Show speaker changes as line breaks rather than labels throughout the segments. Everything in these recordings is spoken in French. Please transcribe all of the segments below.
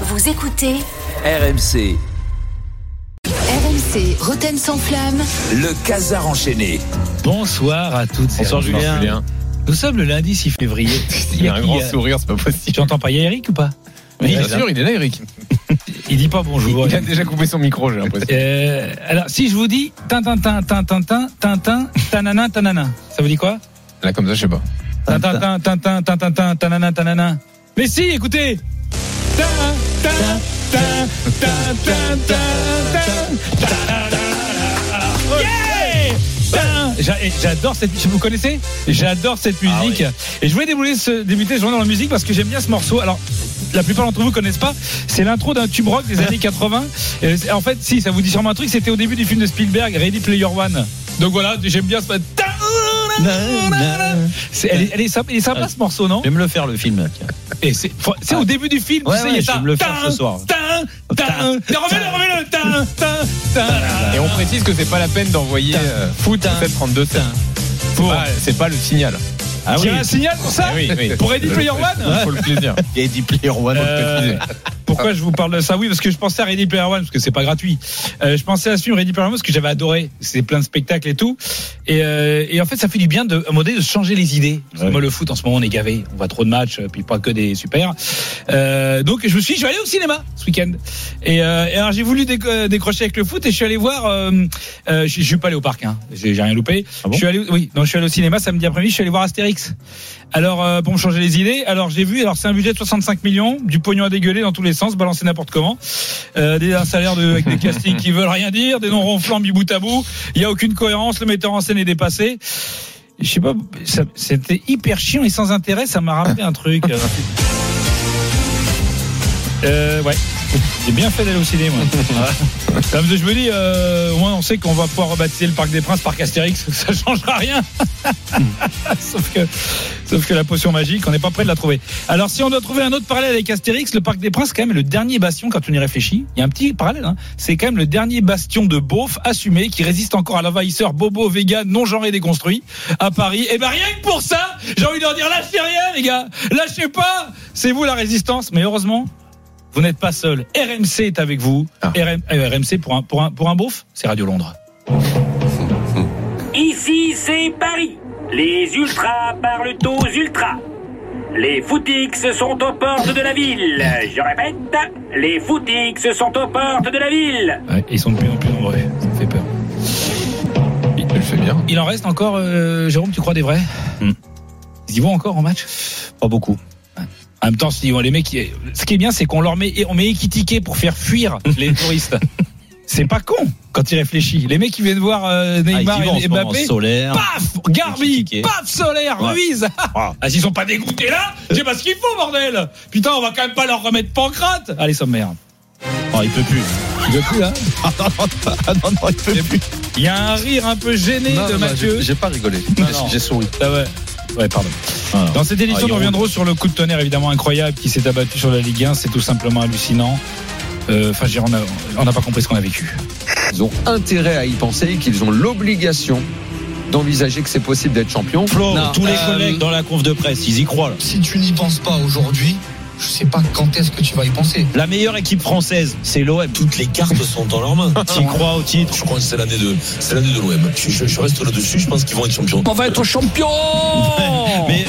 Vous écoutez
RMC,
RMC Roten sans flamme.
le casar enchaîné.
Bonsoir à toutes. et
Bonsoir
à tous.
Julien.
Nous sommes le lundi 6 février.
Il a un
qui,
grand
euh,
sourire, c'est pas possible.
J'entends pas, il y a Eric ou pas il
Oui,
est
bien
là.
sûr, il est là, Eric.
Il dit pas bonjour.
Il a déjà coupé son micro, j'ai l'impression.
Euh, alors, si je vous dis Tintin, Tintin, Tintin, Tintin, Tanana, Tanana, ça vous dit quoi
Là, comme ça, je sais pas.
Tintin, Tintin, Tintin, Tintin, Tanana, Tanana. Mais si, écoutez Tin, tin, tin, tin, tin, tin, tin, tanana. Yeah Tin. J'a- et J'adore cette musique, vous connaissez J'adore cette musique. Et je voulais débuter ce, débuter ce journal en musique parce que j'aime bien ce morceau. Alors, la plupart d'entre vous connaissent pas. C'est l'intro d'un tube rock des années 80. Euh, c'est- en fait, si, ça vous dit sûrement un truc, c'était au début du film de Spielberg, Ready Player One. Donc voilà, j'aime bien ce. C'est- Elle est, elle est sympa, il est sympa ce morceau, non
J'aime le faire le film.
Et c'est faut- c'est au début du film,
Ouais,
tu sais,
ouais,
il y a
je vais
ça.
me le faire
Tin,
ce soir.
tin, tin. Remets-le, remets-le. Tin, tin, tin.
Et on précise que c'est pas la peine d'envoyer euh, foot
Tin.
732
Tin.
Pour... Ah, c'est pas le signal.
Ah
Il y a un signal pour ça
Ah oui, oui.
Pour Ready Player One
Faut le plaisir.
Et dit Player One.
Euh, pourquoi je vous parle de ça Oui, parce que je pensais à Ready Player One, parce que c'est pas gratuit. Euh, je pensais à suivre Ready Player One, parce que j'avais adoré. C'est plein de spectacles et tout. Et, euh, et en fait, ça fait du bien de, à un moment donné, de changer les idées. Parce que
Ouais.
Moi, le foot, en ce moment, on est gavé. On voit trop de matchs, euh, puis pas que des super. Euh, donc, je me suis dit, je vais aller au cinéma ce week-end. Et, euh, et alors, j'ai voulu déc- euh, décrocher avec le foot et je suis allé voir. euh, euh, je je suis pas allé au parc, hein. j'ai j'ai rien loupé.
Ah bon
je suis allé, oui, non, je suis allé au cinéma samedi après-midi. Je suis allé voir Astérix. Alors, euh, pour me changer les idées, alors j'ai vu, alors c'est un budget de 65 millions, du pognon à dégueuler dans tous les sens, balancé n'importe comment, euh, des, un salaire de, avec des castings qui veulent rien dire, des noms ronflants mis bout à bout, il n'y a aucune cohérence, le metteur en scène est dépassé. Je sais pas, ça- c'était hyper chiant et sans intérêt, ça m'a rappelé un truc. Euh, ouais, j'ai bien fait d'aller au ciné, moi. Ouais. Parce que je me dis, euh, au moins on sait qu'on va pouvoir rebaptiser le Parc des Princes Parc Astérix, ça changera rien. sauf que, sauf que la potion magique, on n'est pas prêt de la trouver. Alors, si on doit trouver un autre parallèle avec Astérix, le Parc des Princes, quand même, est le dernier bastion, quand on y réfléchit, il y a un petit parallèle, hein. c'est quand même le dernier bastion de beauf assumé qui résiste encore à l'envahisseur bobo, vegan, non-genré déconstruit à Paris. Et ben, rien que pour ça, j'ai envie de leur dire, lâchez rien, les gars, lâchez pas, c'est vous la résistance. Mais heureusement, vous n'êtes pas seul. RMC est avec vous.
Ah.
RM euh, RMC pour un, pour un, pour un beauf, c'est Radio Londres.
Ici, c'est Paris. Les ultras parlent aux ultras. Les footix sont aux portes de la ville. Je répète, les footix sont aux portes de la ville.
Ouais, ils sont de plus en plus nombreux. Ça me fait peur.
Il le fait bien.
Il en reste encore, euh, Jérôme, tu crois des vrais
Hmm.
Ils y vont encore en match
Pas beaucoup.
En même temps, si, ouais, les mecs, ils- ce qui est bien, c'est qu'on leur met, et on met équitiqué pour faire fuir les touristes. C'est pas con quand ils réfléchissent. Les mecs, ils viennent voir euh,
Ah,
Neymar et Mbappé.
solaire.
Paf Garbi
Équitiqué.
Paf Solaire
hein. Ouais.
Ruiz ah, S'ils sont pas dégoûtés là, je sais pas ce qu'il faut, bordel Putain, on va quand même pas leur remettre Pancrate Allez, sommaire.
Oh, il peut plus.
De coup, là.
Ah non, non, ah, non, non, il peut plus.
Il y a un rire un peu gêné de Mathieu.
J'ai pas rigolé.
Non, non.
J'ai souri.
Ah ouais. Ouais, pardon. Dans cette édition,
Ah, il
nous reviendrons sur le coup de tonnerre évidemment incroyable qui s'est abattu sur la Ligue 1. C'est tout simplement hallucinant. Euh, Enfin, je veux dire, on a- on n'a pas compris ce qu'on a vécu.
Ils ont intérêt à y penser et qu'ils ont l'obligation d'envisager que c'est possible d'être champion.
Flo,
Non,
tous les
euh,
collègues dans la conf de presse, ils y croient. là.
si tu n'y penses pas aujourd'hui, je sais pas quand est-ce que tu vas y penser.
La meilleure équipe française, c'est l'OM.
toutes les cartes sont dans leurs mains.
T'y crois au titre.
Je crois que c'est l'année de, c'est l'année de l'OM. Je, je- je reste là-dessus. Je pense qu'ils vont être champions.
On va être champion
Mais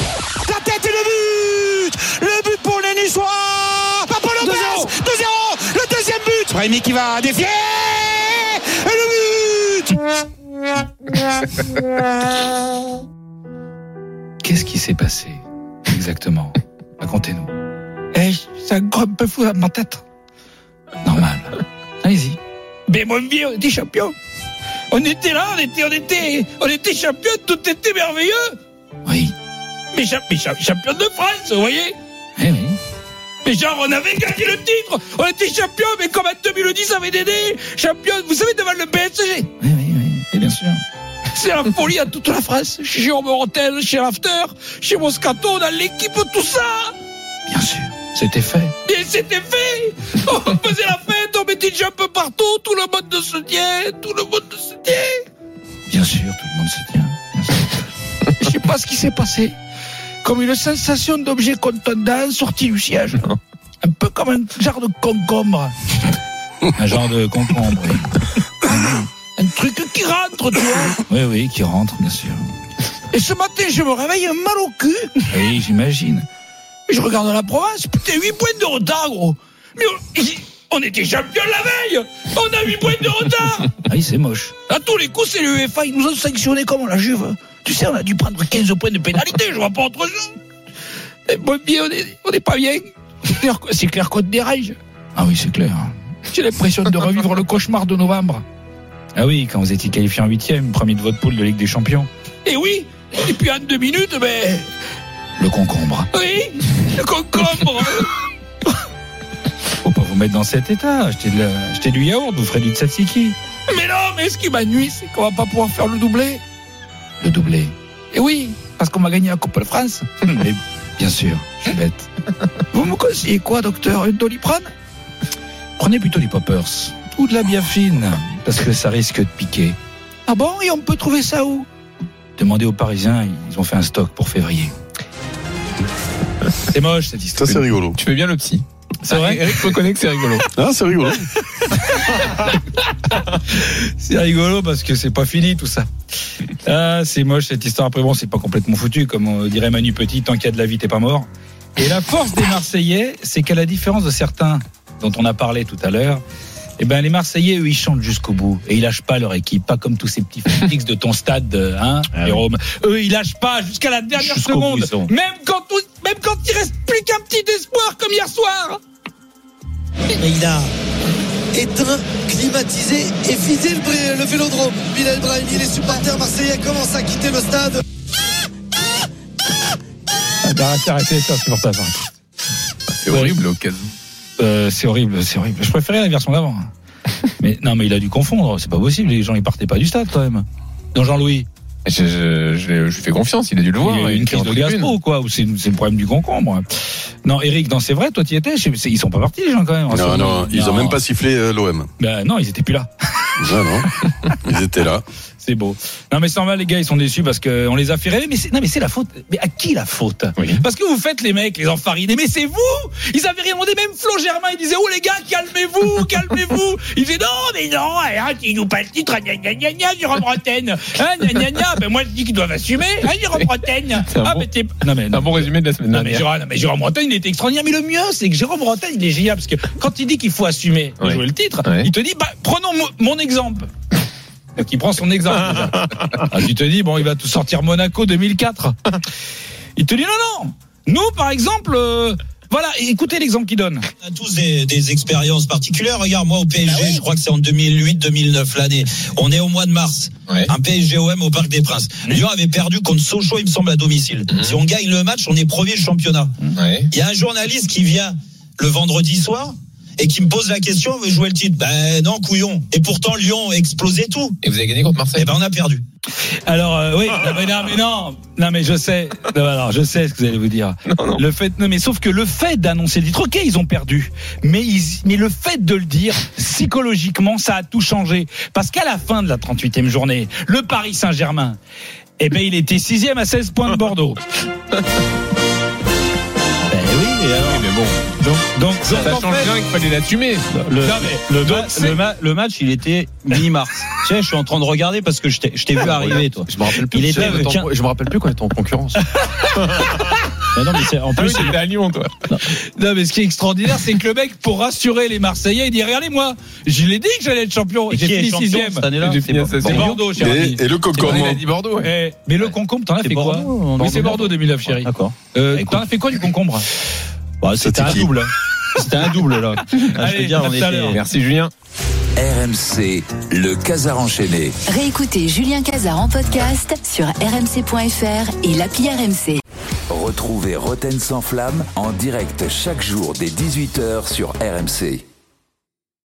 Qu'est-ce qui s'est passé exactement Racontez-nous. Eh, c'est un gros peu fou dans ma tête. Normal. Allez-y. Mais mon vieux, on était champion. On était là, on était, on était, on était champion, tout était merveilleux. Oui. Mais, cha- mais cha- champion de France, vous voyez Eh oui. Mais genre, on avait gagné le titre On était champion, mais comme en 2010, on avait Dédé Champion, vous savez, devant le PSG Oui, oui, oui, bien sûr. C'est la folie à toute la France. Chez Jérôme Rotel, chez Rafter, chez Moscato, dans l'équipe, tout ça Bien sûr, c'était fait. Et c'était fait On faisait la fête, on mettait déjà un peu partout, tout le monde de se tient, tout le monde de se tient Bien sûr, tout le monde se tient. Je sais pas ce qui s'est passé. Comme une sensation d'objet contondant sorti du siège. un peu comme un genre de concombre. un genre de concombre, oui. un truc qui rentre, tu vois. Oui, oui, qui rentre, bien sûr. Et ce matin, je me réveille un mal au cul. Oui, j'imagine. Et Je regarde la province, putain, 8 points de retard, gros. Mais on, ici, on était champion la veille On a 8 points de retard Ah oui, c'est moche. À tous les coups, c'est l'UEFA, ils nous ont sanctionné comment la Juve Tu sais, on a dû prendre 15 points de pénalité, je vois pas autre chose. Et bon, bien, on est, on est pas bien. Claire- C'est clair qu'on dérange. Ah oui, c'est clair. J'ai l'impression de revivre le cauchemar de novembre. Ah oui, quand vous étiez qualifié en huitième, premier de votre poule de Ligue des Champions. Et oui Et puis en deux minutes, ben... Le concombre. Oui Le concombre Faut pas vous mettre dans cet état. Achetez, de la- achetez du yaourt, vous ferez du tzatziki. Mais non, mais ce qui m'ennuie, c'est qu'on va pas pouvoir faire le doublé. Le doublé Et oui, parce qu'on va gagner la Coupe de France. Mais bien sûr, je suis bête. Vous me conseillez quoi, docteur Une doliprane Prenez plutôt du poppers. Ou de la biafine, parce que ça risque de piquer. Ah bon Et on peut trouver ça où Demandez aux Parisiens, ils ont fait un stock pour février. C'est moche cette
Ça,
histoire.
c'est rigolo.
Tu fais bien le psy. C'est vrai Ah, Eric reconnaît que c'est rigolo.
Ah, c'est rigolo.
C'est rigolo parce que c'est pas fini tout ça. Ah, c'est moche cette histoire. Après, bon, c'est pas complètement foutu, comme on dirait Manu Petit, tant qu'il y a de la vie, t'es pas mort. Et la force des Marseillais, c'est qu'à la différence de certains dont on a parlé tout à l'heure, eh ben, les Marseillais, eux, ils chantent jusqu'au bout. Et ils lâchent pas leur équipe. Pas comme tous ces petits fixes de ton stade, euh, hein, Jérôme. Eux, ils lâchent pas jusqu'à la dernière
Ah Jusqu'au bout,
seconde.
ils sont.
même quand, tout- même quand il reste plus qu'un petit espoir, comme hier soir.
Reina. Éteint, climatisé et visé le, bré- le vélodrome. Bilal Brahimi, les supporters marseillais commencent à quitter le stade.
Ah,
Arrêtez, arrêtez, c'est insupportable.
C'est horrible l'occasion.
Euh, c'est horrible, c'est horrible. Je préférais la version d'avant. Mais non, mais il a dû confondre. C'est pas possible. Les gens, ils partaient pas du stade quand même. Dans Jean-Louis,
Je, je- je lui- je lui fais confiance, il a dû le
il y
voir.
a eu
il
une
était
crise de
en tribune.
gastro, quoi. Ou c'est c'est le problème du concombre. Non, Eric, non, c'est vrai. Toi, tu y étais. Je sais- Ils sont pas partis, les gens, quand même.
Non, non, ils ont
Non.
même pas sifflé euh, l'OM.
Ben, non, ils étaient plus là.
Non, non. Ils étaient là.
C'est beau. Non, mais c'est normal, les gars, ils sont déçus parce qu'on les a fait rêver. Mais c'est, non, mais c'est la faute. Mais à qui la faute Parce que vous faites les mecs, les enfarinés. Mais c'est vous Ils avaient rien demandé. Même Flo Germain, il disait Oh les gars, calmez-vous, calmez-vous. Il disait Non, mais non, hein, ils nous pas le titre, ah, gna gna gna gna, Jérôme Bretagne. Hein, gna gna gna. Ben moi, je dis qu'ils doivent assumer, hein, Jérôme Bretagne.
C'est un
Ah,
bon-
mais t'es. Non, mais.
Un bon résumé de la semaine
Non mais,
dernière.
Jérôme, non, mais Jérôme Bretagne, il était extraordinaire. Mais le mieux, c'est que Jérôme Bretagne, il est génial parce que quand il dit qu'il faut assumer de
Ouais.
jouer le titre,
Ouais.
il te dit bah, prenons mon, mon exemple. Donc il prend son exemple. déjà. Ah, tu te dis bon, il va te sortir Monaco 2004. Il te dit non non. Nous par exemple, euh, voilà, écoutez l'exemple qu'il donne.
On a tous des, des expériences particulières. Regarde, moi au PSG, je crois que c'est en 2008-2009 l'année. On est au mois de mars.
Ouais.
Un PSG-OM au Parc des Princes. Lyon avait perdu contre Sochaux, il me semble, à domicile. Si on gagne le match, on est premier du championnat.
Ouais.
Il y a un journaliste qui vient le vendredi soir et qui me pose la question, on veut jouer le titre Ben non, couillon. Et pourtant, Lyon explosait tout.
Et vous avez gagné contre Marseille
Eh ben on a perdu.
Alors euh, oui, non, mais non, mais non, non mais je sais, non, alors, je sais ce que vous allez vous dire. Le fait, non mais sauf que le fait d'annoncer le titre, ok, ils ont perdu, mais ils- mais le fait de le dire psychologiquement, ça a tout changé, parce qu'à la fin de la 38e journée, le Paris Saint-Germain, eh ben il était sixième à 16 points de Bordeaux. ben oui, et alors
Oui, mais bon,
donc donc, donc,
ça
en
change
fait,
bien qu'il fallait l'assumer.
Le,
Non, mais-
le ma-
donc, c'est-
le ma- le match, il était mi-mars. tu sais, je suis en train de regarder parce que je t'ai je t'ai
Ah,
vu arriver, toi.
Je me rappelle
Il était avec un-
je me rappelle plus qu'on était en concurrence.
Mais non, mais c'est- en
Ah
plus,
oui, t'étais à Lyon, toi.
Non, mais ce qui est extraordinaire, c'est que le mec, pour rassurer les Marseillais, il dit Regardez-moi, je l'ai dit que j'allais être champion.
et
J'ai
qui est
fini
champion
sixième.
cette année-là
J'ai fini à
Bordeaux.
C'est
16e.
Bordeaux, cher ami.
Et, et le
C'est
concombre.
bon, Il a dit Bordeaux. ouais.
Eh, mais le concombre, t'en as
C'est
fait quoi
Bordeaux, Bordeaux,
Mais c'est Bordeaux 2009, chéri.
D'accord.
Euh,
Bah, écoute.
T'en as fait quoi du concombre
Bah, c'était un
qui
double. C'était un double là. Ah, je
Allez,
veux dire,
à
on
tout à l'heure.
était.
Merci, Julien.
RMC, le Casar enchaîné.
Réécoutez Julien Cazard en podcast sur rmc.fr et l'appli RMC.
Retrouvez Roten sans flamme en direct chaque jour dès 18h sur RMC.